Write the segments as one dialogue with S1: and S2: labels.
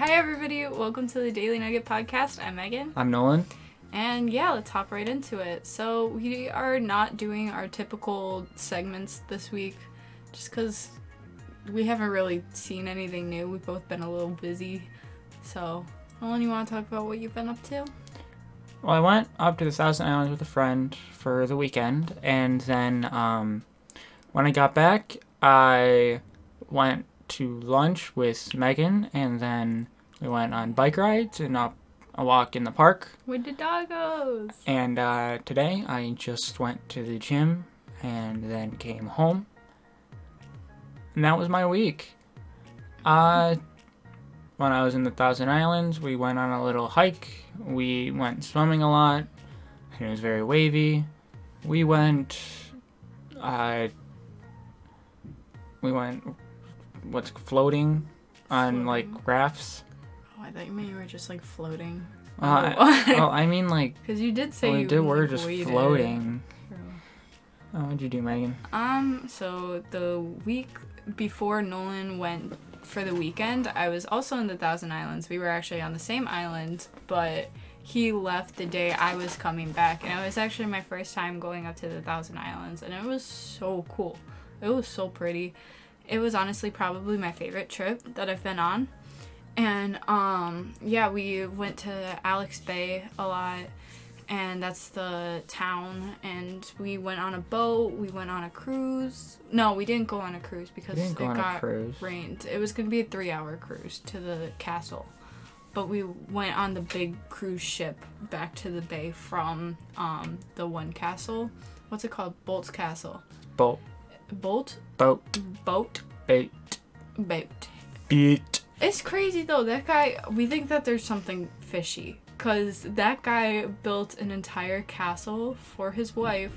S1: everybody. Welcome to the Daily Nugget Podcast. I'm Megan.
S2: I'm Nolan.
S1: And yeah, let's hop right into it. So, we are not doing our typical segments this week just because we haven't really seen anything new. We've both been a little busy. So, Nolan, you want to talk about what you've been up to?
S2: Well, I went up to the Thousand Islands with a friend for the weekend, and then um, when I got back, I went to lunch with Megan, and then we went on bike rides and up a walk in the park.
S1: With the doggos.
S2: And uh, today, I just went to the gym and then came home, and that was my week. Uh, when I was in the Thousand Islands, we went on a little hike. We went swimming a lot, and it was very wavy. We went, uh, we went, what's floating on like rafts.
S1: Oh, I thought you meant you were just like floating.
S2: Uh, well, I mean like
S1: Because you did say
S2: we
S1: Oh, you
S2: did, we're
S1: like,
S2: just
S1: waited.
S2: floating.
S1: True.
S2: Oh, what'd you do, Megan?
S1: Um, so the week before Nolan went for the weekend, I was also in the Thousand Islands. We were actually on the same island, but he left the day I was coming back, and it was actually my first time going up to the Thousand Islands, and it was so cool. It was so pretty. It was honestly probably my favorite trip that I've been on. And um yeah, we went to Alex Bay a lot and that's the town and we went on a boat, we went on a cruise. No, we didn't go on a cruise because
S2: didn't
S1: it
S2: go on a
S1: got
S2: cruise.
S1: rained. It was going to be a 3-hour cruise to the castle. But we went on the big cruise ship back to the bay from um the one castle. What's it called? Bolt's Castle.
S2: Boat,
S1: Bolt
S2: boat,
S1: boat
S2: bait,
S1: boat.
S2: beat.
S1: It's crazy though. That guy, we think that there's something fishy because that guy built an entire castle for his wife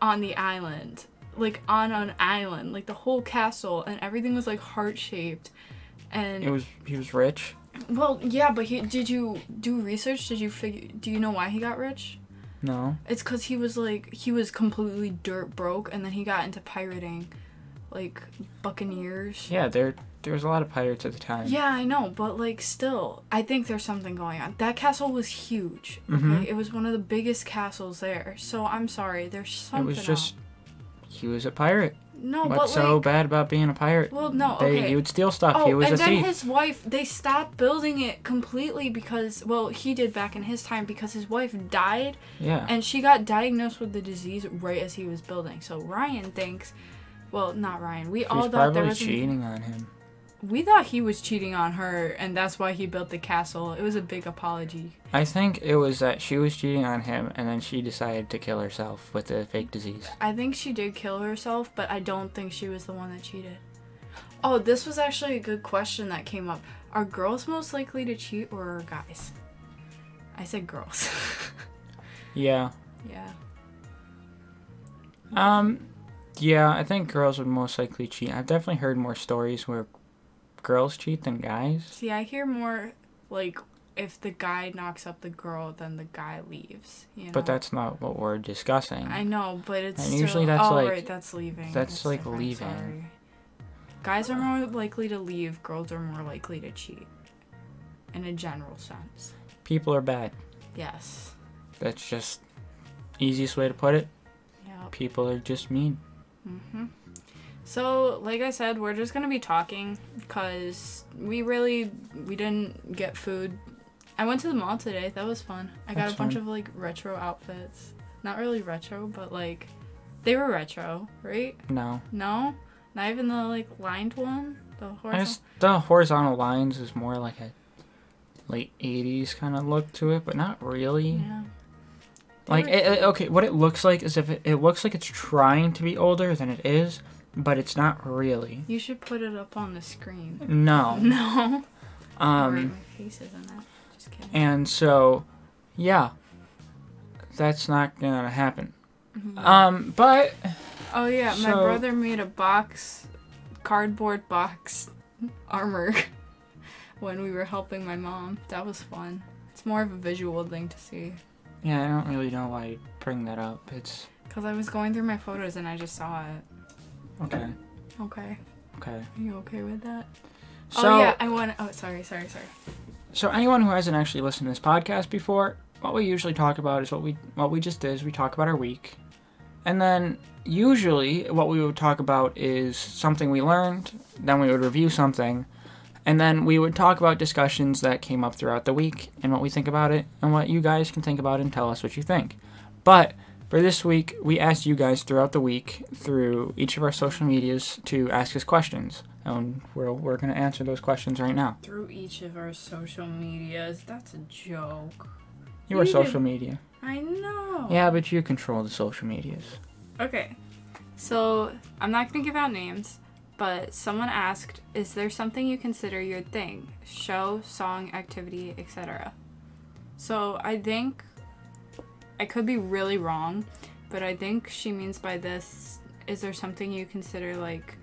S1: on the island, like on an island, like the whole castle, and everything was like heart shaped. And
S2: It was he was rich.
S1: well, yeah, but he did you do research? Did you figure? Do you know why he got rich?
S2: No,
S1: It's because he was like he was completely dirt broke, and then he got into pirating, like buccaneers.
S2: yeah, there there was a lot of pirates at the time.
S1: Yeah, I know, but like still, I think there's something going on. That castle was huge.
S2: Mhm.
S1: Okay? It was one of the biggest castles there. So I'm sorry, there's
S2: it
S1: something.
S2: was just he was a pirate.
S1: up. no, but
S2: What's so
S1: like,
S2: bad about being a pirate?
S1: well, no,
S2: They,
S1: okay.
S2: He would steal stuff.
S1: oh,
S2: he was
S1: and
S2: a
S1: then
S2: thief.
S1: his wife. They stopped building it completely because, well, he did back in his time because his wife died
S2: yeah.
S1: and she got diagnosed with the disease right as he was building. So Ryan thinks, well, not Ryan. We
S2: She
S1: all
S2: was
S1: thought there
S2: probably
S1: was an-
S2: cheating on him.
S1: we thought he was cheating on her, and that's why he built the castle. It was a big apology.
S2: I think it was that she was cheating on him, and then she decided to kill herself with a fake disease.
S1: I think she did kill herself, but I don't think she was the one that cheated. Oh, this was actually a good question that came up. Are girls most likely to cheat or are guys? I said girls.
S2: Yeah.
S1: yeah.
S2: Um. Yeah, I think girls would most likely cheat. I've definitely heard more stories where girls cheat than guys.
S1: See, I hear more like if the guy knocks up the girl, then the guy leaves. You know?
S2: But that's not what we're discussing.
S1: I know, but it's
S2: And
S1: still,
S2: usually that's,
S1: oh,
S2: like-
S1: right, that's leaving.
S2: that's, like,
S1: different,
S2: leaving.
S1: sorry. Guys are more likely to leave. Girls are more likely to cheat. In a general sense,
S2: People are bad.
S1: yes.
S2: That's just easiest way to put it.
S1: Yep.
S2: People are just mean.
S1: hmm So, like I said, we're just gonna be talking because we really we didn't get food. I went to the mall today. That was fun. I got
S2: That's
S1: a bunch
S2: fun.
S1: of like retro outfits. Not really retro, but like they were retro, right?
S2: No.
S1: No, not even the like lined one. The
S2: I
S1: horizontal.
S2: guess the horizontal lines is more like a late '80s kind of look to it, but not really.
S1: Yeah.
S2: Like,
S1: They were
S2: it, it- okay, what it looks like is if it, it looks like it's trying to be older than it is, but it's not really.
S1: You should put it up on the screen.
S2: No.
S1: No. Alright,
S2: Um,
S1: my face isn't that. Just kidding.
S2: and so, yeah, that's not gonna happen. Um, but
S1: Mm-hmm. Oh yeah, my
S2: So-
S1: brother made a box, cardboard box armor when we were helping my mom. That was fun. It's more of a visual thing to see.
S2: yeah, I don't really know why you bring that up. It's
S1: Cause I was going through my photos and I just saw it.
S2: okay,
S1: Okay,
S2: okay.
S1: are you okay with that?
S2: So
S1: oh yeah, I want. Oh sorry, sorry, sorry.
S2: so anyone who hasn't actually listened to this podcast before, what we usually talk about is what we what we just did is we talk about our week. And then usually what we would talk about is something we learned, then we would review something, and then we would talk about discussions that came up throughout the week and what we think about it and what you guys can think about and tell us what you think. But for this week, we asked you guys throughout the week through each of our social medias to ask us questions. And we're, we're going to answer those questions right now.
S1: Through each of our social medias. That's a joke.
S2: You are
S1: You
S2: social media.
S1: I know.
S2: Yeah, but you control the social medias.
S1: Okay. So I'm not gonna give out names, but someone asked, "Is there something you consider your thing? Show, song, activity, etc." So I think I could be really wrong, but I think she means by this, is there something you consider like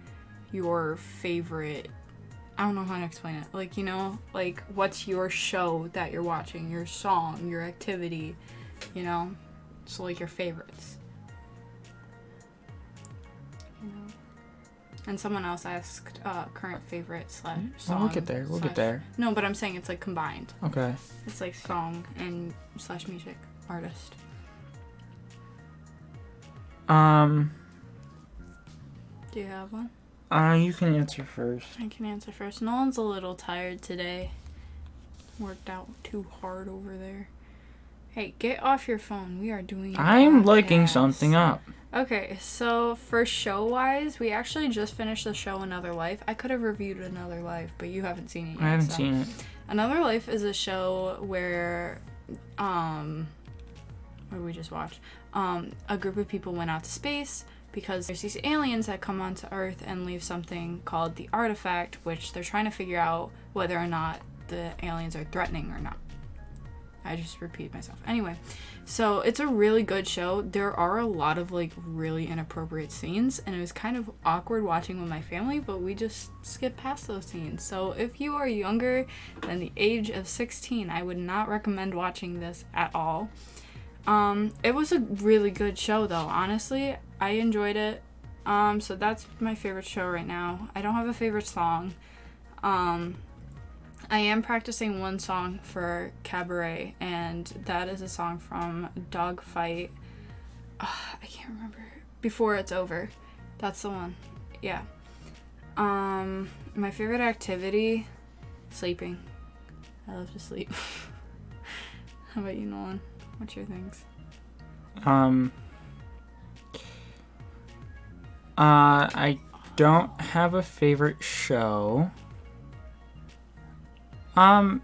S1: your favorite? I don't know how to explain it. Like, you know, like what's your show that you're watching, your song, your activity, you know? So like your favorites. you know. And someone else asked uh, current favorite slash song.
S2: Well, we'll get there. We'll
S1: slash-
S2: get there.
S1: No, but I'm saying it's like combined.
S2: Okay.
S1: It's like song and slash music artist.
S2: Um,
S1: Do you have one?
S2: uh, you can answer first.
S1: I can answer first. Nolan's a little tired today. Worked out too hard over there. Hey, get off your phone. We are doing. a
S2: I'm looking
S1: podcast.
S2: something up.
S1: Okay, so for show wise, we actually just finished the show Another Life. I could have reviewed Another Life, but you haven't seen it yet.
S2: I haven't
S1: so.
S2: seen it.
S1: Another Life is a show where, um, what did we just watch? Um, a group of people went out to space because there's these aliens that come onto Earth and leave something called the artifact, which they're trying to figure out whether or not the aliens are threatening or not. I just repeat myself. Anyway, so it's a really good show. There are a lot of like really inappropriate scenes, and it was kind of awkward watching with my family, but we just skipped past those scenes. So if you are younger than the age of 16, I would not recommend watching this at all. Um, it was a really good show though, honestly. I enjoyed it. Um, so that's my favorite show right now. I don't have a favorite song. Um, I am practicing one song for Cabaret, and that is a song from Dogfight. Ugh, I can't remember. Before It's Over. That's the one. Yeah. Um, my favorite activity sleeping. I love to sleep. How about you, Nolan? What's your things?
S2: Um, uh, I don't have a favorite show. Um,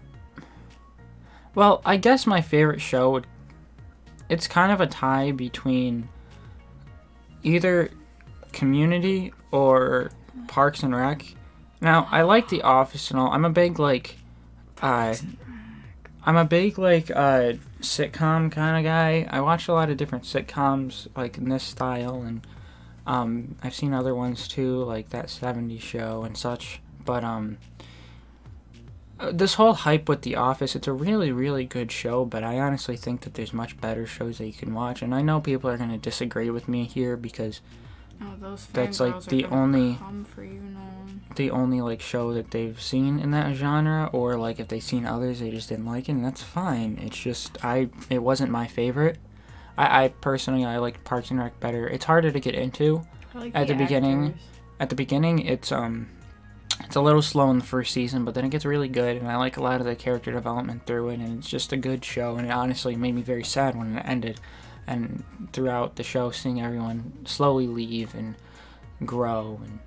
S2: well, I guess my favorite show would. It's kind of a tie between either Community or Parks and Rec. Now, I like The Office and all. I'm a big, like, uh, I'm a big like uh, sitcom kind of guy. I watch a lot of different sitcoms like in this style, and um, I've seen other ones too, like that '70s show and such. But um, uh, this whole hype with The Office, it's a really really good show. But I honestly think that there's much better shows that you can watch, and I know people are gonna disagree with me here because
S1: Oh, those
S2: That's,
S1: fangirls
S2: like,
S1: are
S2: the
S1: gonna
S2: only-
S1: come for you, Nolan.
S2: the only like show that they've seen in that genre or like if they've seen others they just didn't like it and that's fine it's just i it wasn't my favorite i, I personally i liked parks and rec better it's harder to get into
S1: I like
S2: At the beginning,
S1: actors.
S2: at the beginning it's um it's a little slow in the first season but then it gets really good and i like a lot of the character development through it and it's just a good show and it honestly made me very sad when it ended and throughout the show seeing everyone slowly leave and grow and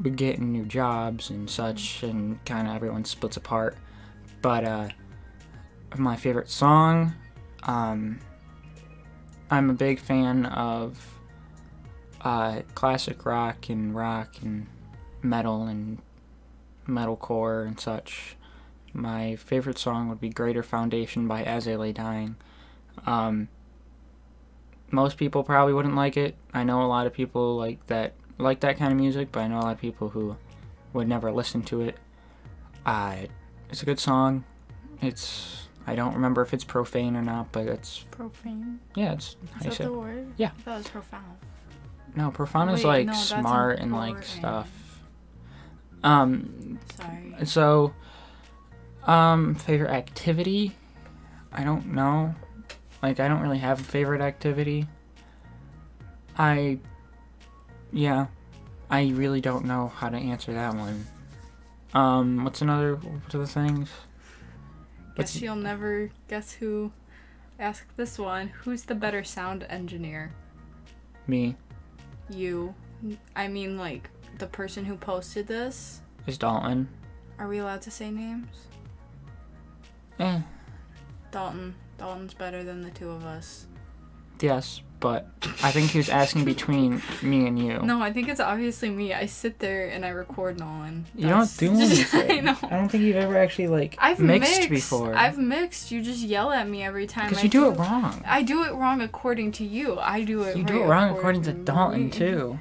S2: be getting new jobs and such and kind of everyone splits apart but uh my favorite song um i'm a big fan of uh, classic rock and rock and metal and metalcore and such. My favorite song would be "Greater Foundation" by As I Lay Dying. Um, most people probably wouldn't like it. I know a lot of people like that like that kind of music, but I know a lot of people who would never listen to it. Uh, it's a good song. It's I don't remember if it's profane or not, but it's
S1: Profane.
S2: yeah, it's
S1: Is
S2: how you
S1: that
S2: say it.
S1: the word?
S2: Yeah.
S1: I thought it was profound.
S2: No, profound is
S1: Wait,
S2: like
S1: no, that's
S2: smart and like
S1: important.
S2: stuff. Um,
S1: Sorry.
S2: so Um, favorite activity? I don't know. Like, I don't really have a favorite activity. I. Yeah. I really don't know how to answer that one. Um, what's another. What's other things?
S1: Guess
S2: What's-
S1: you'll never guess who asked this one. Who's the better sound engineer?
S2: Me.
S1: You. I mean, like, the person who posted this.
S2: Is Dalton.
S1: Are we allowed to say names?
S2: Eh.
S1: Dalton. Dalton's better than the two of us.
S2: Yes, but I think he was asking between me and you.
S1: No, I think it's obviously me. I sit there and I record Nolan.
S2: You don't
S1: That's-
S2: do anything.
S1: I know.
S2: I don't think you've ever actually like
S1: I've
S2: mixed,
S1: mixed
S2: before.
S1: I've mixed. You just yell at me every time.
S2: because
S1: I
S2: you do it wrong.
S1: I do it wrong according to you. I do it.
S2: You do
S1: right
S2: it wrong according to
S1: me.
S2: Dalton too.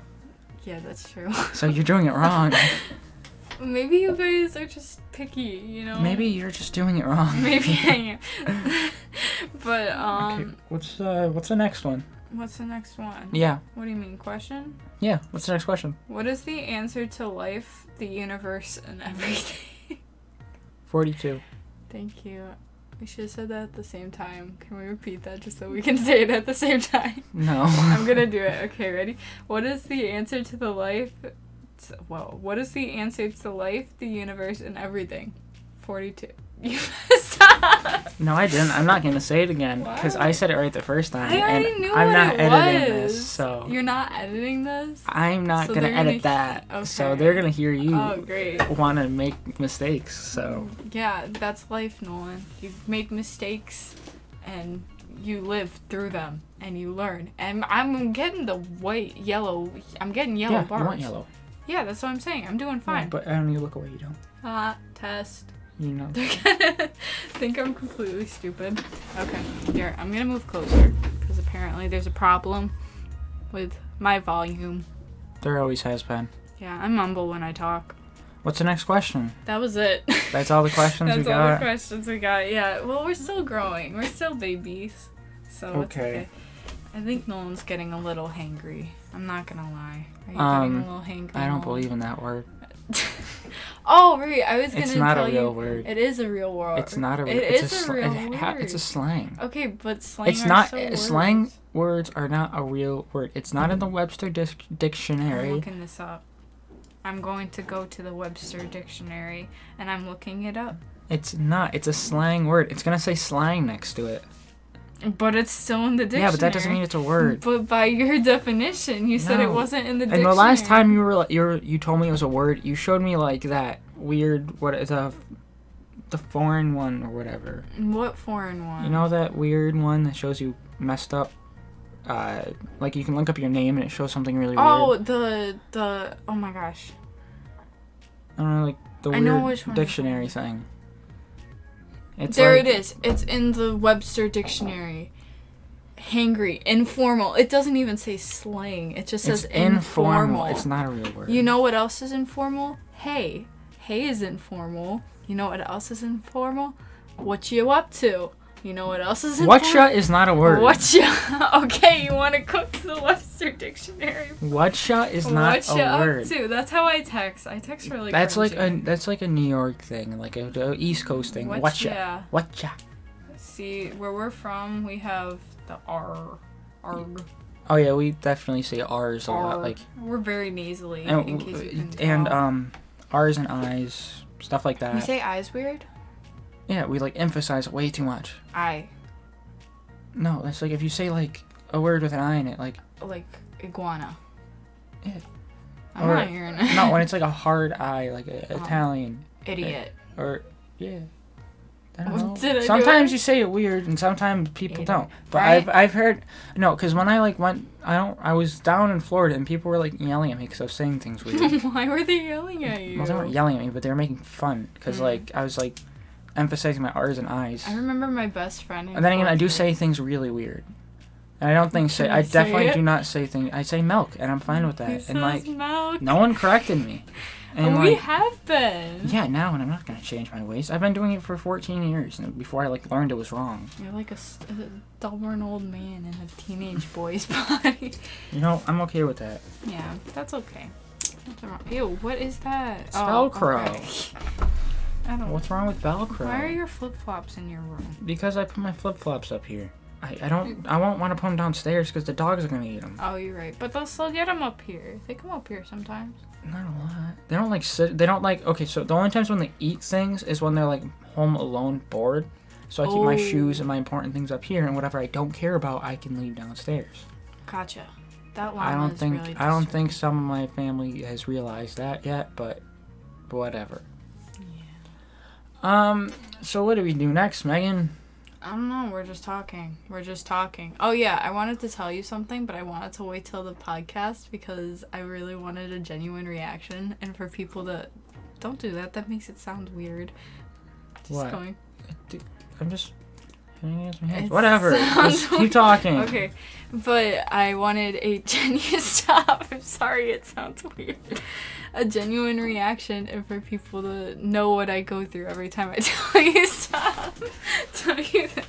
S1: Yeah, that's true.
S2: So you're doing it wrong.
S1: Maybe you guys are just picky. You know.
S2: Maybe you're just doing it wrong.
S1: Maybe I am. but um,
S2: okay, what's uh what's the next one?
S1: what's the next one?
S2: Yeah.
S1: What do you mean question?
S2: Yeah, what's the next question?
S1: What is the answer to life, the universe, and everything?
S2: 42.
S1: Thank you. We should have said that at the same time. Can we repeat that just so we can say it at the same time?
S2: No.
S1: I'm gonna do it. Okay, ready? What is the answer to the life? t- Whoa. What is the answer to life, the universe, and everything? 42. You messed up.
S2: No, I didn't. I'm not going to say it again cuz
S1: Why?
S2: I said it right the first time
S1: I already
S2: and
S1: knew
S2: I'm
S1: what
S2: not
S1: it
S2: editing
S1: was.
S2: this. So
S1: You're not editing this?
S2: I'm not
S1: So
S2: going to
S1: they're gonna
S2: edit that. So
S1: okay.
S2: they're going to hear you
S1: Oh, great.
S2: want to make mistakes. So
S1: Yeah, that's life, Nolan. You make mistakes and you live through them and you learn. And I'm getting the white, yellow. I'm getting yellow
S2: yeah,
S1: bars.
S2: you want yellow.
S1: Yeah, that's what I'm saying. I'm doing fine.
S2: But I don't you look away, you don't.
S1: Hot test.
S2: You know.
S1: They're gonna think I'm completely stupid. Okay, here, I'm gonna move closer because apparently there's a problem with my volume.
S2: There always has been.
S1: Yeah, I mumble when I talk.
S2: What's the next question?
S1: That was it.
S2: That's all the questions
S1: That's
S2: we
S1: all the
S2: got.
S1: questions we got. Yeah. Well, we're still growing. We're still babies. So it's
S2: Okay.
S1: okay. I think Nolan's getting a little hangry. I'm not gonna lie. Are you
S2: Um,
S1: getting a little hangry?
S2: I
S1: Nolan?
S2: don't believe in that word.
S1: oh, right. I was gonna
S2: It's not
S1: tell
S2: a real
S1: you.
S2: word.
S1: It is a real word.
S2: It's not a.
S1: It
S2: it's
S1: is
S2: a,
S1: a
S2: sl-
S1: real
S2: it ha- It's a
S1: word.
S2: slang.
S1: Okay, but slang.
S2: it's
S1: are
S2: not
S1: so
S2: uh,
S1: words.
S2: slang. Words are not a real word. It's not in the Webster dic-
S1: Oh, I'm
S2: dictionary.
S1: looking this up. I'm going to go to the Webster dictionary and I'm looking it up.
S2: It's not. It's a slang word. It's gonna say slang next to it.
S1: But it's still in the dictionary.
S2: Yeah, but that doesn't mean it's a word.
S1: But by your definition, you said it
S2: No.
S1: wasn't in the
S2: And
S1: dictionary.
S2: the last time you were like, you were, you told me it was a word. You showed me like that weird what the the foreign one or whatever.
S1: What foreign one?
S2: You know that weird one that shows you messed up? Uh, like you can look up your name and it shows something really
S1: Oh,
S2: weird.
S1: the the oh my gosh.
S2: I don't know, like the
S1: I
S2: weird
S1: know which one you're
S2: dictionary thing. It's
S1: there
S2: like-
S1: it is. It's in the Webster dictionary. Hangry, informal. It doesn't even say slang. It just
S2: It's
S1: says
S2: informal.
S1: informal.
S2: It's not a real word.
S1: You know what else is informal? Hey. Hey is informal. You know what else is informal? What you up to? You know what else is informal?
S2: Whatcha is not a word.
S1: Whatcha? okay, you want to cook the Webster dictionary
S2: Whatcha is not
S1: Whatcha
S2: a word.
S1: up to? That's how I text. I text really.
S2: that's like a
S1: cringy.
S2: that's like a New York thing, like a, a East Coast thing.
S1: Whatcha?
S2: Whatcha? Whatcha?
S1: See where we're from, we have the R. Arg.
S2: Oh yeah, we definitely say R's a lot,
S1: R.
S2: like
S1: We're very nasally. in
S2: and,
S1: case you can
S2: and uh,
S1: tell.
S2: um, R's and I's stuff like that.
S1: you say eyes weird.
S2: Yeah, we like emphasize it way too much.
S1: I
S2: No, that's like if you say like a word with an I in it, like
S1: like iguana.
S2: Yeah.
S1: I'm
S2: Or-
S1: not hearing it.
S2: not when it's like a hard I, like a,
S1: Um,
S2: Italian
S1: Idiot.
S2: or yeah. I
S1: Oh,
S2: don't know.
S1: did I do
S2: sometimes
S1: it?
S2: you say it weird, and sometimes people
S1: Idiot.
S2: don't. But
S1: Right?
S2: I've I've heard no, because when I like went, I don't. I was down in Florida, and people were like yelling at me because I was saying things weird.
S1: Why were they yelling at you?
S2: well, they weren't yelling at me, but they were making fun because
S1: Mm.
S2: like I was like emphasizing my R's and I's.
S1: I remember my best friend. in
S2: And then again, I do
S1: fourth grade.
S2: say things really weird. And I don't think say
S1: Can
S2: I
S1: you say
S2: definitely
S1: it?
S2: do not say things. I say milk, and I'm fine with
S1: He
S2: that.
S1: says
S2: And like
S1: milk.
S2: no one corrected me. And
S1: we
S2: like
S1: have been.
S2: yeah, now and I'm not gonna change my ways. I've been doing it for 14 years, and before I like learned it was wrong.
S1: You're like a, stubborn old man in a teenage boy's body.
S2: You know, I'm okay with that.
S1: yeah, that's okay. Nothing wrong- Ew, what is that?
S2: It's Velcro.
S1: okay. I don't.
S2: What's wrong with Velcro?
S1: Why are your flip flops in your room?
S2: Because I put my flip flops up here. I, I don't. I won't want to put them downstairs because the dogs are gonna eat them.
S1: Oh, you're right. But they'll still get them up here. They come up here sometimes.
S2: Not a lot. They don't like sit. They don't like. Okay, so the only times when they eat things is when they're like home alone, bored. So I keep my
S1: Oh.
S2: shoes and my important things up here, and whatever I don't care about, I can leave downstairs.
S1: Gotcha. That llama
S2: I don't
S1: is
S2: think.
S1: really
S2: I don't think some of my family has realized that yet, but whatever. Um. So what do we do next, Megan?
S1: I don't know. We're just talking. We're just talking. Oh yeah, I wanted to tell you something, but I wanted to wait till the podcast because I really wanted a genuine reaction, and for people to don't do that. That makes it sound weird. Just
S2: What?
S1: going.
S2: I'm just.
S1: It
S2: Whatever.
S1: sounds
S2: Just keep talking.
S1: Okay, but I wanted a genuine stop. I'm sorry, it sounds weird. A genuine reaction, and for people to know what I go through every time I tell you stop. tell you this.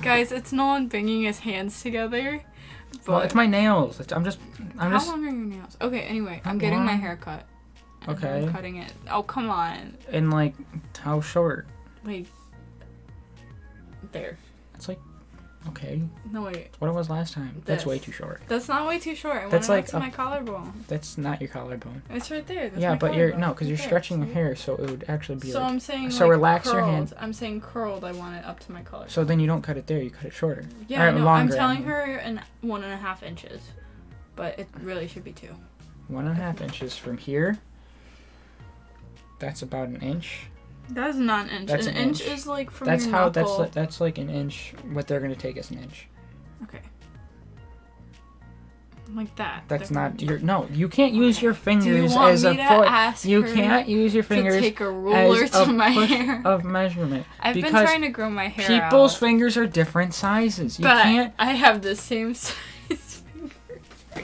S1: guys, it's Nolan banging his hands together. But
S2: Well, it's my nails. It's- I'm just. I'm
S1: how
S2: just.
S1: long are your nails? Okay, anyway, I'm
S2: How
S1: getting my
S2: long?
S1: hair cut. and
S2: Okay.
S1: I'm cutting it. Oh come on,
S2: And like, how short?
S1: like there.
S2: It's like, okay,
S1: No wait,
S2: what it was last time. That's
S1: This.
S2: way too short.
S1: that's not way too short. I want
S2: That's
S1: it up
S2: like
S1: to
S2: a-
S1: my collarbone.
S2: That's not your collarbone.
S1: It's right there. That's
S2: yeah,
S1: my
S2: but you're
S1: collarbone.
S2: no, because you're
S1: Right there,
S2: stretching your
S1: see?
S2: hair, so it would actually be
S1: So
S2: like.
S1: I'm saying
S2: so
S1: like
S2: relax your
S1: curled.
S2: hand.
S1: I'm saying curled. I want it up to my collar.
S2: So then you don't cut it there. You cut it shorter.
S1: yeah,
S2: or
S1: no, I'm
S2: longer, I
S1: telling
S2: mean.
S1: her an one and a half inches, but it really should be two.
S2: One and a half inches from here. That's about an inch.
S1: That is not an inch.
S2: That's
S1: an,
S2: an
S1: inch.
S2: inch.
S1: is like from
S2: that's
S1: your
S2: how. That's
S1: knuckle.
S2: li- that's like an inch. What they're gonna take is an inch.
S1: okay. Like that.
S2: That's
S1: They're
S2: not
S1: gonna
S2: your. No, you can't use
S1: Okay.
S2: your
S1: Do you
S2: fingers
S1: want
S2: as
S1: me
S2: a
S1: to
S2: foot.
S1: ask
S2: You
S1: her
S2: can't use your
S1: to
S2: fingers
S1: take a ruler
S2: as
S1: to
S2: a
S1: my
S2: push
S1: hair.
S2: of measurement.
S1: I've been
S2: because
S1: trying to grow my hair
S2: People's
S1: out,
S2: fingers are different sizes. You
S1: but
S2: can't.
S1: I have the same size finger.
S2: Do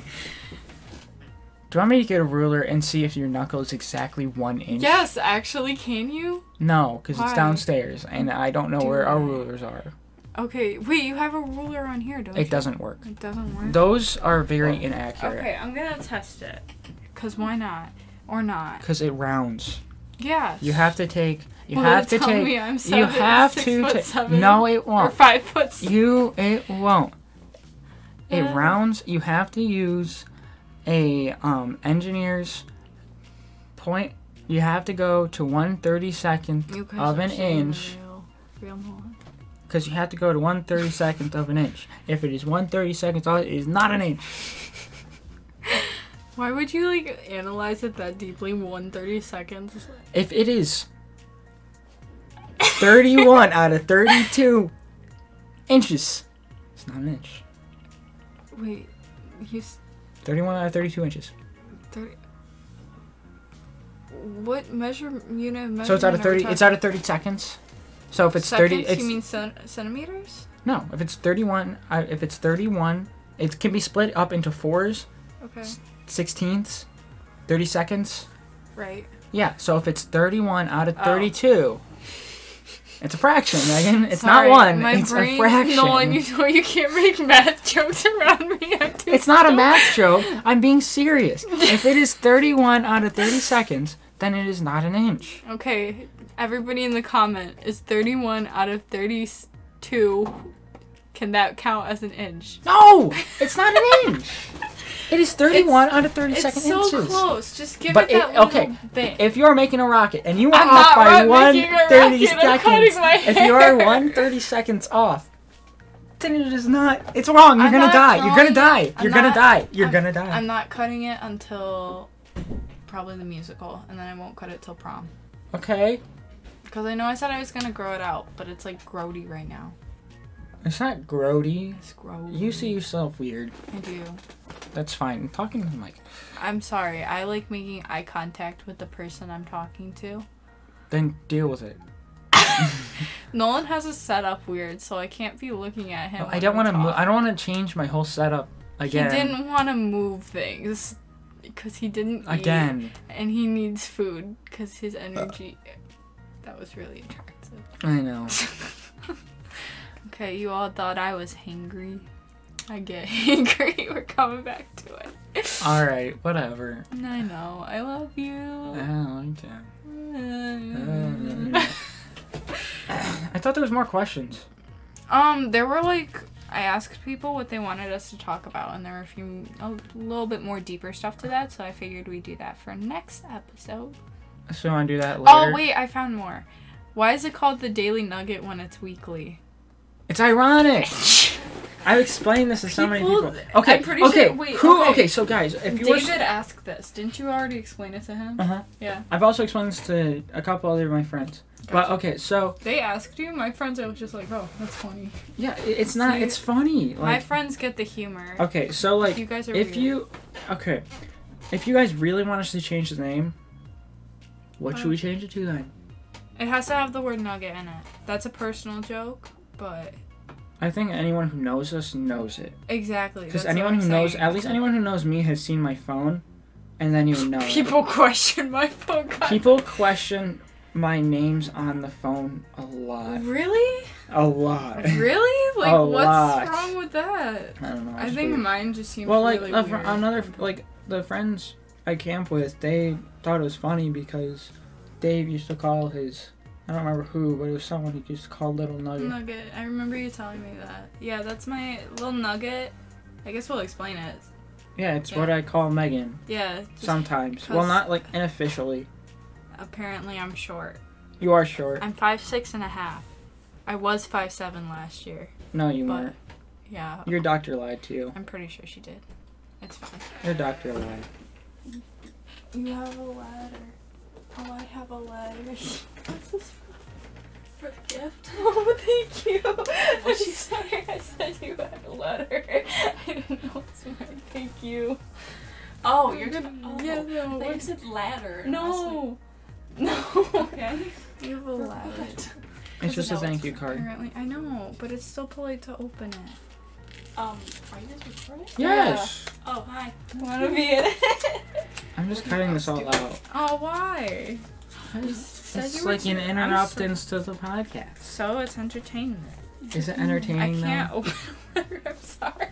S2: you want me to get a ruler and see if your knuckle is exactly one inch?
S1: Yes, actually, can you?
S2: No, because
S1: Why?
S2: it's downstairs, and I don't know
S1: Do
S2: where our
S1: it.
S2: rulers are.
S1: Okay, wait. You have a ruler on here, don't you?
S2: It doesn't work.
S1: It doesn't work.
S2: Those are very inaccurate.
S1: Okay, I'm gonna test it. Cause why not? Or not?
S2: Because it rounds.
S1: Yes.
S2: You have to take. You
S1: Will
S2: have
S1: it
S2: to
S1: tell
S2: take.
S1: me I'm
S2: you
S1: seven-
S2: have
S1: six
S2: to.
S1: foot
S2: ta-
S1: seven?
S2: no, it
S1: Or
S2: won't.
S1: five foot. s-
S2: You. It won't. It
S1: Yeah.
S2: rounds. You have to use a um, engineer's point. You have to go to one thirty second
S1: You guys
S2: of
S1: are
S2: an
S1: so
S2: inch
S1: Real, real moron.
S2: because you have to go to one thirty second of an inch. If it is one thirty second, it is not an inch.
S1: Why would you like analyze it that deeply? One thirty seconds.
S2: If it is thirty one out of thirty two inches, it's not an inch.
S1: Wait, you. s-
S2: Thirty one out of thirty two inches.
S1: Thirty. What measure unit? Of measurement
S2: So it's out of
S1: are we
S2: thirty. It's
S1: talking-
S2: out of thirty seconds. So if it's
S1: seconds,
S2: thirty, it's
S1: you mean cen- centimeters?
S2: No, if it's 31, I, if it's 31, it can be split up into fours,
S1: Okay.
S2: S- sixteenths, 30 seconds.
S1: Right.
S2: Yeah, so if it's 31 out of
S1: Oh.
S2: 32, it's a fraction, Megan. It's
S1: Sorry,
S2: not one.
S1: My
S2: it's
S1: brain,
S2: a fraction.
S1: Nolan, you know you can't make math jokes around me. I'm too
S2: it's not a math joke. I'm being serious. If it is 31 out of 30 seconds, then it is not an inch.
S1: Okay, everybody in the comment is 31 out of 32. Can that count as an inch?
S2: No, it's not an inch. It is 31 out of 30
S1: It's
S2: second
S1: so
S2: inches.
S1: close. Just give
S2: But
S1: it that
S2: it- okay,
S1: little bit.
S2: If you're making a rocket and you are
S1: I'm
S2: off
S1: not
S2: by
S1: ro-
S2: one
S1: making a
S2: thirty
S1: rocket, I'm cutting
S2: seconds,
S1: my
S2: if you are
S1: hair.
S2: one thirty seconds off, then it is not. It's wrong. You're
S1: I'm
S2: gonna
S1: not
S2: die. You're
S1: telling
S2: gonna die.
S1: I'm
S2: You're gonna
S1: not-
S2: die. You're
S1: I'm-
S2: gonna die.
S1: I'm not cutting it until probably the musical, and then I won't cut it till prom.
S2: Okay,
S1: Because I know I said I was gonna grow it out, but it's like grody right now.
S2: it's not grody.
S1: It's grody.
S2: You see yourself weird.
S1: I do.
S2: That's fine. I'm talking to the mic.
S1: I'm sorry. I like making eye contact with the person I'm talking to.
S2: Then deal with it.
S1: Nolan has a setup weird, so I can't be looking at him.
S2: Oh, I don't
S1: when
S2: want
S1: we
S2: to. Mo-
S1: talk.
S2: I don't want to change my whole setup again.
S1: He didn't want to move things because he didn't eat,
S2: Again,
S1: and he needs food because his energy. that was really attractive.
S2: I know.
S1: Okay, you all thought I was hangry. I get hangry. We're coming back to it.
S2: All right, whatever.
S1: I know. I love you.
S2: I don't like that.
S1: Mm.
S2: I thought there was more questions.
S1: Um, there were like I asked people what they wanted us to talk about, and there were a few a little bit more deeper stuff to that. So I figured we'd do that for next episode.
S2: So I want to do that later.
S1: Oh wait, I found more. Why is it called the Daily Nugget when it's weekly?
S2: It's ironic. I've explained this to so many
S1: People-
S2: people. Okay.
S1: I'm pretty
S2: okay.
S1: sure- wait,
S2: Who?
S1: okay.
S2: Okay. So guys, if you were.
S1: David asked this. Didn't you already explain it to him?
S2: Uh-huh.
S1: Yeah.
S2: I've also explained this to a couple other of my friends. But
S1: Gotcha.
S2: okay, so
S1: They asked you. My friends are just like, oh, that's funny.
S2: yeah, i- it's not.
S1: See?
S2: It's funny.
S1: My
S2: Like
S1: friends get the humor.
S2: okay, so like
S1: you guys are.
S2: if
S1: weird.
S2: you, okay, if you guys really want us to change the name, what should we
S1: Um,
S2: change it to then?
S1: it has to have the word nugget in it. That's a personal joke, but
S2: I think anyone who knows us knows it.
S1: exactly.
S2: Because
S1: that's what
S2: anyone
S1: I'm
S2: who knows,
S1: saying.
S2: at least anyone who knows me, has seen my phone, and then you know. it.
S1: people question my phone. con-
S2: People question my names on the phone a lot.
S1: Really?
S2: A lot.
S1: Really? Like,
S2: A
S1: what's
S2: lot.
S1: wrong with that?
S2: I don't know.
S1: I
S2: it's
S1: think
S2: weird.
S1: mine just seems
S2: Well, like
S1: really
S2: a fr-
S1: weird.
S2: another like the friends I camp with, they thought it was funny because Dave used to call his I don't remember who, but it was someone he used to call Little Nugget.
S1: Nugget. I remember you telling me that. Yeah, that's my little nugget. I guess we'll explain it.
S2: Yeah, it's
S1: Yeah.
S2: what I call Megan
S1: Yeah. just
S2: sometimes.
S1: 'cause-
S2: Well, not like unofficially.
S1: apparently, I'm short.
S2: You are short.
S1: I'm five six and a half. I was five seven last year,
S2: No, you
S1: but
S2: weren't.
S1: yeah,
S2: Your doctor lied to you.
S1: I'm pretty sure she did. It's fine.
S2: Your doctor lied.
S1: You have a letter. Oh, I have a letter. What's this for? For a gift? Oh, thank you. I'm sorry I said you had a letter. I didn't know it's mine. Thank you.
S3: Oh, you're gonna. Oh,
S1: yeah,
S3: I
S1: no.
S3: thought you
S1: What's
S3: said ladder. and I was like,
S1: No. No. Oh,
S3: Okay.
S1: You have a letter.
S3: What?
S2: It's
S3: Doesn't
S2: just a
S3: know.
S2: thank you card.
S1: Apparently, I know, but it's still polite to open it.
S3: Um, are you guys recording?
S2: Yes.
S3: Oh, hi.
S1: Want to be in it?
S2: I'm just cutting this all out.
S1: Oh, why? said you
S2: It's
S1: were
S2: like an
S1: too- I'm
S2: interruptance to the podcast.
S1: So it's entertainment.
S2: Is it entertaining
S1: I can't
S2: though?
S1: open a letter. I'm sorry.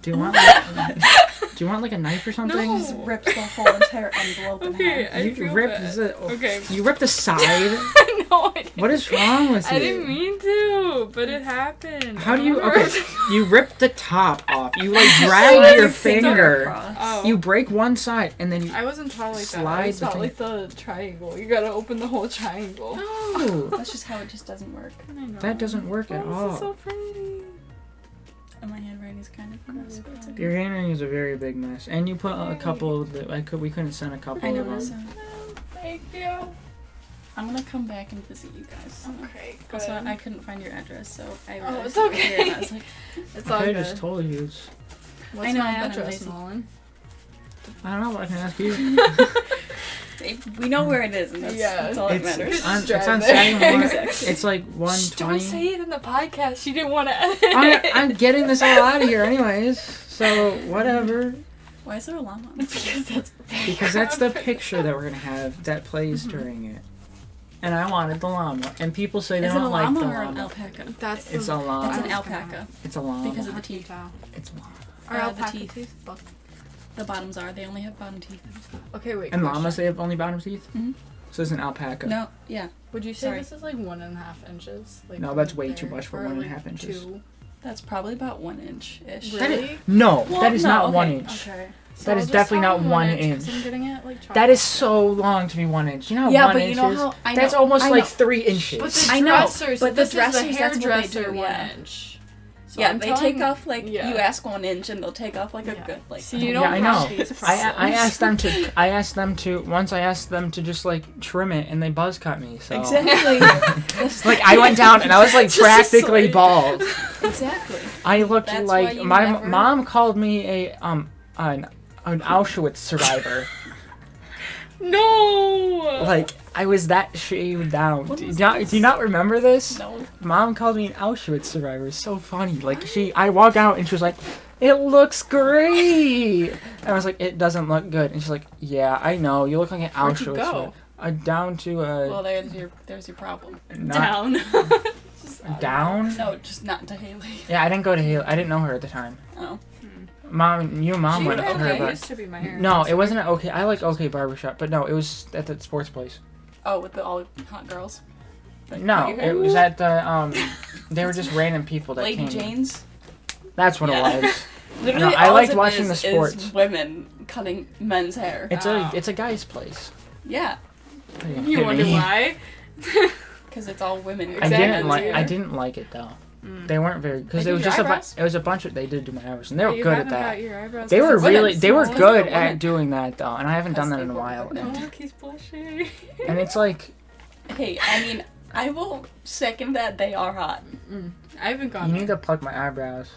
S2: Do you want? Like, do you want like a knife or something?
S1: No.
S3: Just rips the whole entire envelope in
S1: Okay,
S3: half.
S1: I
S2: You
S1: feel
S2: ripped
S1: bad.
S2: the oh,
S1: Okay.
S2: You ripped the side.
S1: no, I didn't.
S2: what is wrong with you?
S1: I didn't mean to, but it happened.
S2: How do you?
S1: Remember?
S2: Okay, you ripped the top off. You like
S1: Slide
S2: drag your
S1: the finger
S2: finger.
S3: Across.
S1: Oh.
S2: You break one side and then you.
S1: I wasn't tall like that.
S2: Slide
S1: I was
S2: the
S1: tall
S2: thing-
S1: like the triangle. You gotta open the whole triangle.
S2: No,
S3: That's just how it just doesn't work.
S2: that doesn't work
S1: Oh,
S2: at
S1: this Oh. is so
S2: all.
S1: pretty.
S3: And my handwriting is kind of gross. but it's okay.
S2: Your handwriting is a very big mess, and you put a couple. That I could. We couldn't send a couple
S3: I know.
S2: of them.
S3: listen.
S1: Thank you.
S3: I'm gonna come back and visit you guys.
S1: Okay, good.
S3: Also, I couldn't find your address, so I
S1: Oh,
S3: realized
S1: it's
S3: it was here, and
S1: okay.
S3: I was like,
S1: it's all
S2: I
S1: good.
S2: just told you. It's,
S1: What's
S3: I know,
S1: my
S3: but I'm
S1: address,
S3: lazy.
S1: Nolan?
S2: I don't know. But I can ask you.
S3: "Hey, we know where it is, and that's,
S1: Yeah.
S3: that's all that matters.
S2: it's on,
S1: Just
S2: it's on
S1: drive there.
S2: Sagamore.
S3: Exactly.
S2: It's like one
S1: Shh, don't
S2: twenty.
S1: say it in the podcast. She didn't want to edit.
S2: I'm,
S1: it.
S2: I'm getting this all out of here, anyways. So whatever,
S3: Why is there a llama? because that's
S2: because that's the picture that we're gonna have that plays
S3: Mm-hmm.
S2: during it. And I wanted the llama, and people say they
S3: is it
S2: don't
S3: a
S2: like
S3: llama
S2: the
S3: or an
S2: llama.
S3: alpaca?
S1: That's the,
S2: It's a llama.
S1: I
S3: It's an
S1: was
S3: alpaca.
S2: It's a llama.
S3: Because of the
S1: teeth
S3: teeth.
S1: out.
S2: it's a llama.
S1: Or
S3: Uh, the
S1: alpaca
S3: teeth.
S1: teeth. Both.
S3: The bottoms are. They only have bottom teeth.
S1: Okay, wait.
S2: And
S1: question.
S2: llamas they have only bottom teeth.
S3: Mhm.
S2: Mm-hmm. So it's an alpaca.
S3: No, yeah,
S1: Would you say
S3: Sorry.
S1: this is like one and a half inches? Like
S2: No, that's
S1: right
S2: way too
S1: there?
S2: much for
S1: Or,
S2: one and a
S1: like,
S2: half inches.
S1: Two.
S3: that's probably about one inch ish.
S2: That is-
S1: Really?
S2: No,
S3: Well,
S2: that is
S3: no,
S2: not
S3: okay,
S2: one inch.
S1: Okay.
S2: That
S1: I'll
S2: is
S1: just
S2: definitely
S1: tell
S2: not
S1: him
S2: one
S1: 'cause I'm getting it like
S2: That is
S1: chocolate.
S2: so long to be one inch. You know how
S3: Yeah,
S2: one
S3: but
S2: inch
S3: you know
S2: is?
S3: how I
S2: that's
S3: know-
S2: almost
S3: I
S2: like
S3: know.
S2: three inches.
S1: But the
S3: I know,
S1: dressers,
S3: but
S1: but the
S3: the dressers,
S1: dressers,
S3: that's what they
S1: hairdresser
S3: do,
S1: one
S3: yeah.
S1: inch. So
S3: yeah,
S1: I'm
S3: they
S1: telling-
S3: take off like
S1: yeah.
S3: you ask one inch, and they'll take off like
S1: Yeah.
S3: a good like.
S1: See, you
S2: Yeah,
S1: don't
S2: I
S1: have
S2: know.
S1: these
S2: I, I
S1: problems.
S2: asked them to I asked them to once I asked them to just like trim it and they buzz cut me so
S3: Exactly. That's-
S2: like I went down and I was like
S1: Just a slight-
S2: practically bald.
S3: exactly.
S2: I looked
S3: That's why
S2: like
S3: you
S2: my
S3: never-
S2: mom called me a um an an Auschwitz survivor.
S1: No.
S2: like I was that shaved down.
S3: When
S2: Do you,
S3: was
S2: not,
S3: this?
S2: do you not remember this?
S3: No.
S2: Mom called me an Auschwitz survivor. It's so funny. Like she, I walk out and she was like, "It looks great," and I was like, "It doesn't look good." And she's like, "Yeah, I know. You look like an
S1: Where'd
S2: Auschwitz."
S1: you go?
S2: survivor." Uh, down to uh,
S3: Well, there's your there's your problem.
S2: not,
S1: down.
S2: down.
S3: No, just not to Haley.
S2: Yeah, I didn't go to Haley. I didn't know her at the time.
S3: Oh,
S2: Mom, your mom
S1: She
S2: went to
S1: really
S2: her,
S1: used
S2: but
S1: to be my
S2: no, it
S1: hairdresser.
S2: wasn't at OK. I like OK Barbershop, but no, it was at that sports place.
S3: oh, with the all hot girls. Like,
S2: No,
S3: you
S2: it was at the um. They were just random people that
S3: Lady
S2: came.
S3: Jane's.
S2: That's what
S3: Yeah.
S2: it was.
S3: Literally,
S2: I
S3: all
S2: liked
S3: it
S2: watching
S3: is,
S2: the sports.
S3: Is women cutting men's hair.
S2: It's
S1: Wow.
S2: a it's a guy's place.
S3: Yeah,
S1: Oh. You wonder
S2: Maybe.
S1: why?
S3: because it's all women.
S2: I
S1: Exactly.
S2: didn't like I
S1: Yeah.
S2: didn't like it though.
S1: Mm.
S2: They weren't very because
S1: They
S2: it was
S1: did your
S2: just a
S1: eyebrows?
S2: bu- it was a bunch of they did do my eyebrows and they were
S1: You
S2: good at
S1: haven't got
S2: that.
S1: your eyebrows
S2: They were
S1: because
S3: it's women,
S2: really they were
S3: it's because
S2: good
S3: they're women.
S2: at doing that though, and I haven't done
S3: Because
S2: that in a
S3: they were
S2: while.
S3: women.
S1: it's- Oh, look, he's blushing.
S2: And it's like
S3: Hey, I mean, I will second that they are hot.
S1: Mm. I haven't
S2: you
S1: gone.
S2: need to pluck my eyebrows.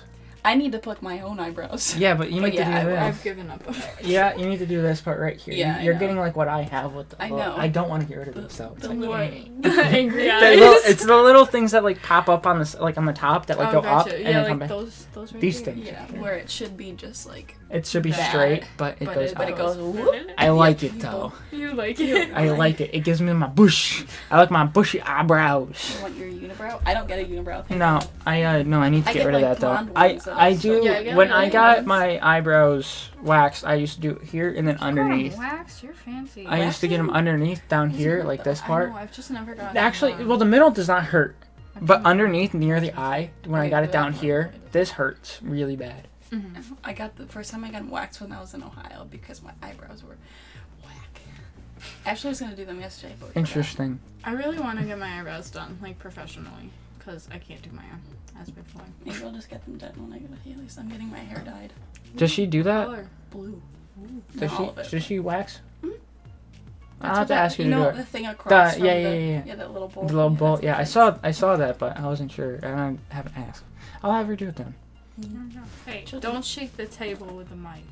S3: I need to pluck my own eyebrows.
S2: Yeah, but you
S3: But
S2: need
S3: yeah,
S2: to do
S3: I-
S2: this.
S1: I've given up. on it.
S2: Yeah, you need to do this part right here.
S3: Yeah, I
S2: you, you're
S3: know.
S2: getting like what I have with the.
S3: I
S2: well,
S3: know.
S2: I don't want to get rid of this though. It's
S3: The
S2: like,
S3: little-
S1: The angry
S2: the little-
S1: eyes.
S2: it's the little things that like pop up on this like on the top that like
S1: oh,
S2: go up
S1: gotcha.
S2: and
S1: yeah,
S2: then
S1: like
S2: come back.
S1: those, those right
S2: These
S1: there.
S2: things.
S3: Yeah, where it should be just like.
S2: It should be
S3: Bad.
S2: straight, but it
S1: But
S2: goes
S1: it-
S2: up.
S3: But it goes. Whoop.
S1: Really?
S2: I like it
S3: you
S2: though.
S1: You like
S3: You-
S1: it?
S2: I like it. It gives me my bush. I like my bushy eyebrows.
S3: You want your unibrow? I don't get a unibrow. Thing.
S2: No, I uh, no, I need to
S3: I
S2: get,
S3: get,
S2: rid of
S3: like,
S2: that though.
S3: blonde
S2: I
S3: ones that are
S2: I
S3: so-
S2: do
S1: Yeah, I get
S2: when
S1: rid
S2: I
S1: of
S2: got
S1: those.
S2: my eyebrows waxed, I used to do it here and then underneath.
S1: Wax, you're fancy.
S2: I used to get them
S3: Waxing?
S2: underneath down
S3: Isn't
S2: here,
S3: it
S2: like
S3: though?
S2: this
S1: I
S2: part.
S1: know, I've just never gotten
S2: Actually,
S1: one.
S2: well, the middle does not hurt,
S1: I've
S2: but
S1: done one.
S2: underneath near the eye, when I
S3: Okay,
S2: got it
S3: but
S2: down
S3: that one-
S2: here, this hurts really bad.
S1: Mhm.
S3: I got the first time I got them waxed when I was in Ohio because my eyebrows were whack. Actually, I was gonna do them yesterday, but we forgot.
S2: Interesting.
S1: I really want to get my eyebrows done, like professionally, because I can't do my own as before.
S3: Maybe I'll just get them done when I go to Haley's. I'm getting my hair dyed
S2: Does she do
S3: Oh,
S2: that?
S1: Color.
S3: blue.
S2: Does
S3: Not
S2: she?
S3: all of it.
S2: Does she wax?
S3: Mhm.
S2: I'll have
S3: what
S2: to
S3: that-
S2: ask you to
S3: know
S2: do
S3: the
S2: it.
S3: thing across from
S2: yeah,
S3: the,
S2: yeah, yeah, yeah.
S3: that little bowl.
S2: The little
S3: thing,
S2: bowl.
S3: that's
S2: Yeah,
S3: what
S2: I
S3: it is.
S2: saw. I saw that, but I wasn't sure, and I haven't asked. I'll have her do it then.
S1: Hey,
S3: Children.
S1: don't shake the table with the mic.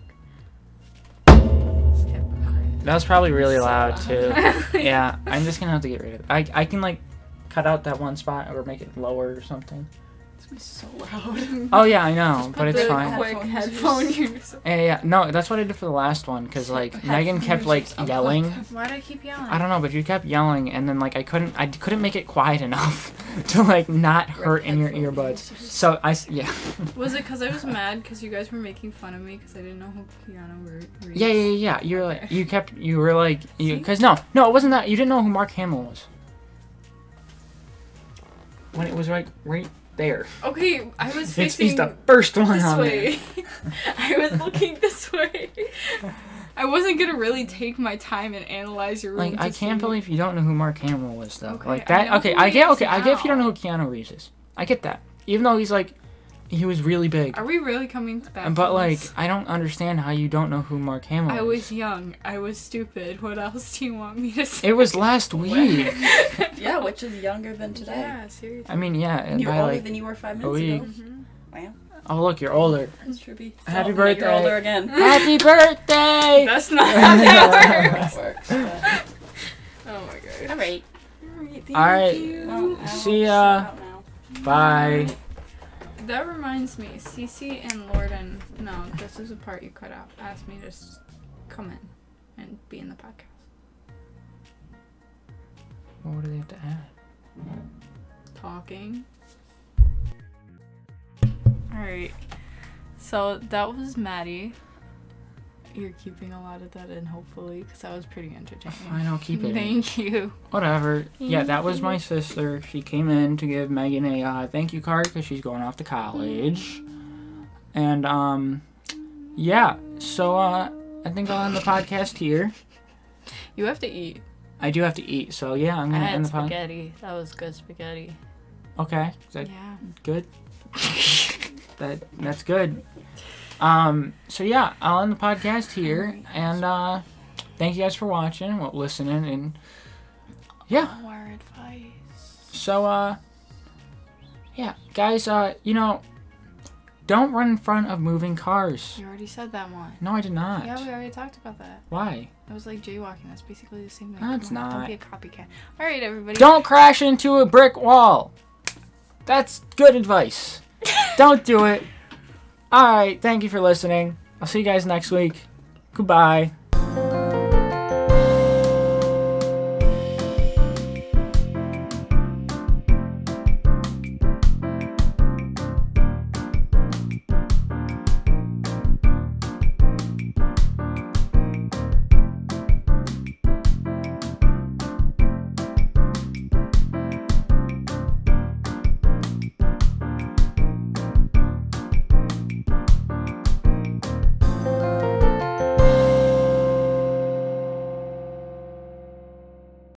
S2: That was probably really
S3: So
S2: loud too.
S3: loud.
S2: yeah, uh, I'm just gonna have to get rid of. It. I I can like cut out that one spot or make it lower or something.
S3: It's gonna be so loud.
S2: Oh yeah, I know,
S3: Just
S2: but
S3: put
S2: it's
S1: the
S2: fine.
S1: quick
S3: Headphones.
S1: headphone use.
S2: Yeah, yeah, yeah. no, that's what I did for the last one because like Megan kept like
S3: Headphones.
S2: yelling.
S1: Why do I keep yelling?
S2: I don't know, but you kept yelling, and then like I couldn't, I couldn't make it quiet enough to like not hurt in your
S3: Headphone
S2: earbuds.
S3: users.
S2: So I, s- yeah,
S1: Was it because I was mad because you guys were making fun of me because I didn't know who Keanu Re- Reeves?
S2: yeah, yeah, yeah. You're like, you kept, you were like, you, because no, no, it wasn't that. You didn't know who Mark Hamill was. When it was right, right there.
S1: Okay, I was
S2: It's, he's
S1: facing
S2: the first one
S1: this
S2: on there.
S1: way. I was looking this way. I wasn't gonna really take my time and analyze your room.
S2: Like
S1: to
S2: I can't
S1: see-
S2: believe you don't know who Mark Hamill was though.
S1: Okay,
S2: like
S1: I know
S2: that. Okay,
S1: who
S2: I
S1: he
S2: get.
S1: is
S2: Okay, I get if you don't
S1: now.
S2: know who Keanu Reeves is. I get that. Even though he's like, he was really big.
S1: Are we really coming to back?
S2: But
S1: to
S2: like,
S1: this?
S2: I don't understand how you don't know who Mark Hamill is.
S1: I was young. I was stupid. What else do you want me to say?
S2: It was last week.
S3: Yeah, which is younger than today.
S1: Yeah, seriously.
S2: I mean, yeah. And
S3: You're
S2: by,
S3: older
S2: like,
S3: than you were five
S2: a
S3: minutes
S2: week.
S3: ago.
S1: Mhm.
S2: oh look, you're older.
S3: That's true. Be.
S2: Happy
S3: You're
S2: birthday.
S3: older again.
S2: Happy birthday!
S1: That's not how that works.
S3: That works. but-
S1: Oh my god.
S3: All right.
S2: Alright.
S3: Well, I will
S2: See
S3: shut
S2: ya.
S3: out now.
S2: Bye.
S1: That reminds me, Cece and Lorden. No, this is a part you cut out. Asked me to s- come in and be in the podcast.
S2: What do they have to add?
S1: Talking. All right. So that was Maddie. You're keeping a lot of that in, hopefully, because that was pretty entertaining.
S2: I don't keep it. in.
S1: Thank you.
S2: Whatever. Yeah, that was
S1: Mhm.
S2: my sister. She came in to give Megan a uh, thank you card because she's going off to college. And um, yeah. So uh, I think I'll end the podcast here.
S1: You have to eat.
S2: I do have to eat, so yeah, I'm
S1: I
S2: gonna
S1: had
S2: end the podcast.
S1: spaghetti. That was good spaghetti.
S2: Okay, is that
S1: Yeah.
S2: good? that that's good. Um, so yeah, I'll end the podcast here, and uh, thank you guys for watching, well, listening, and yeah.
S1: Our advice.
S2: So uh, yeah, guys, uh, you know, don't run in front of moving cars.
S1: You already said that one.
S2: No, I did not.
S1: Yeah, we already talked about that.
S2: Why?
S1: It was like jaywalking. That's basically the same thing.
S2: No,
S1: Come
S2: it's
S1: on,
S2: not.
S1: Don't be a copycat. All right, everybody.
S2: Don't crash into a brick wall. That's good advice. Don't do it. All right, thank you for listening. I'll see you guys next week. Goodbye.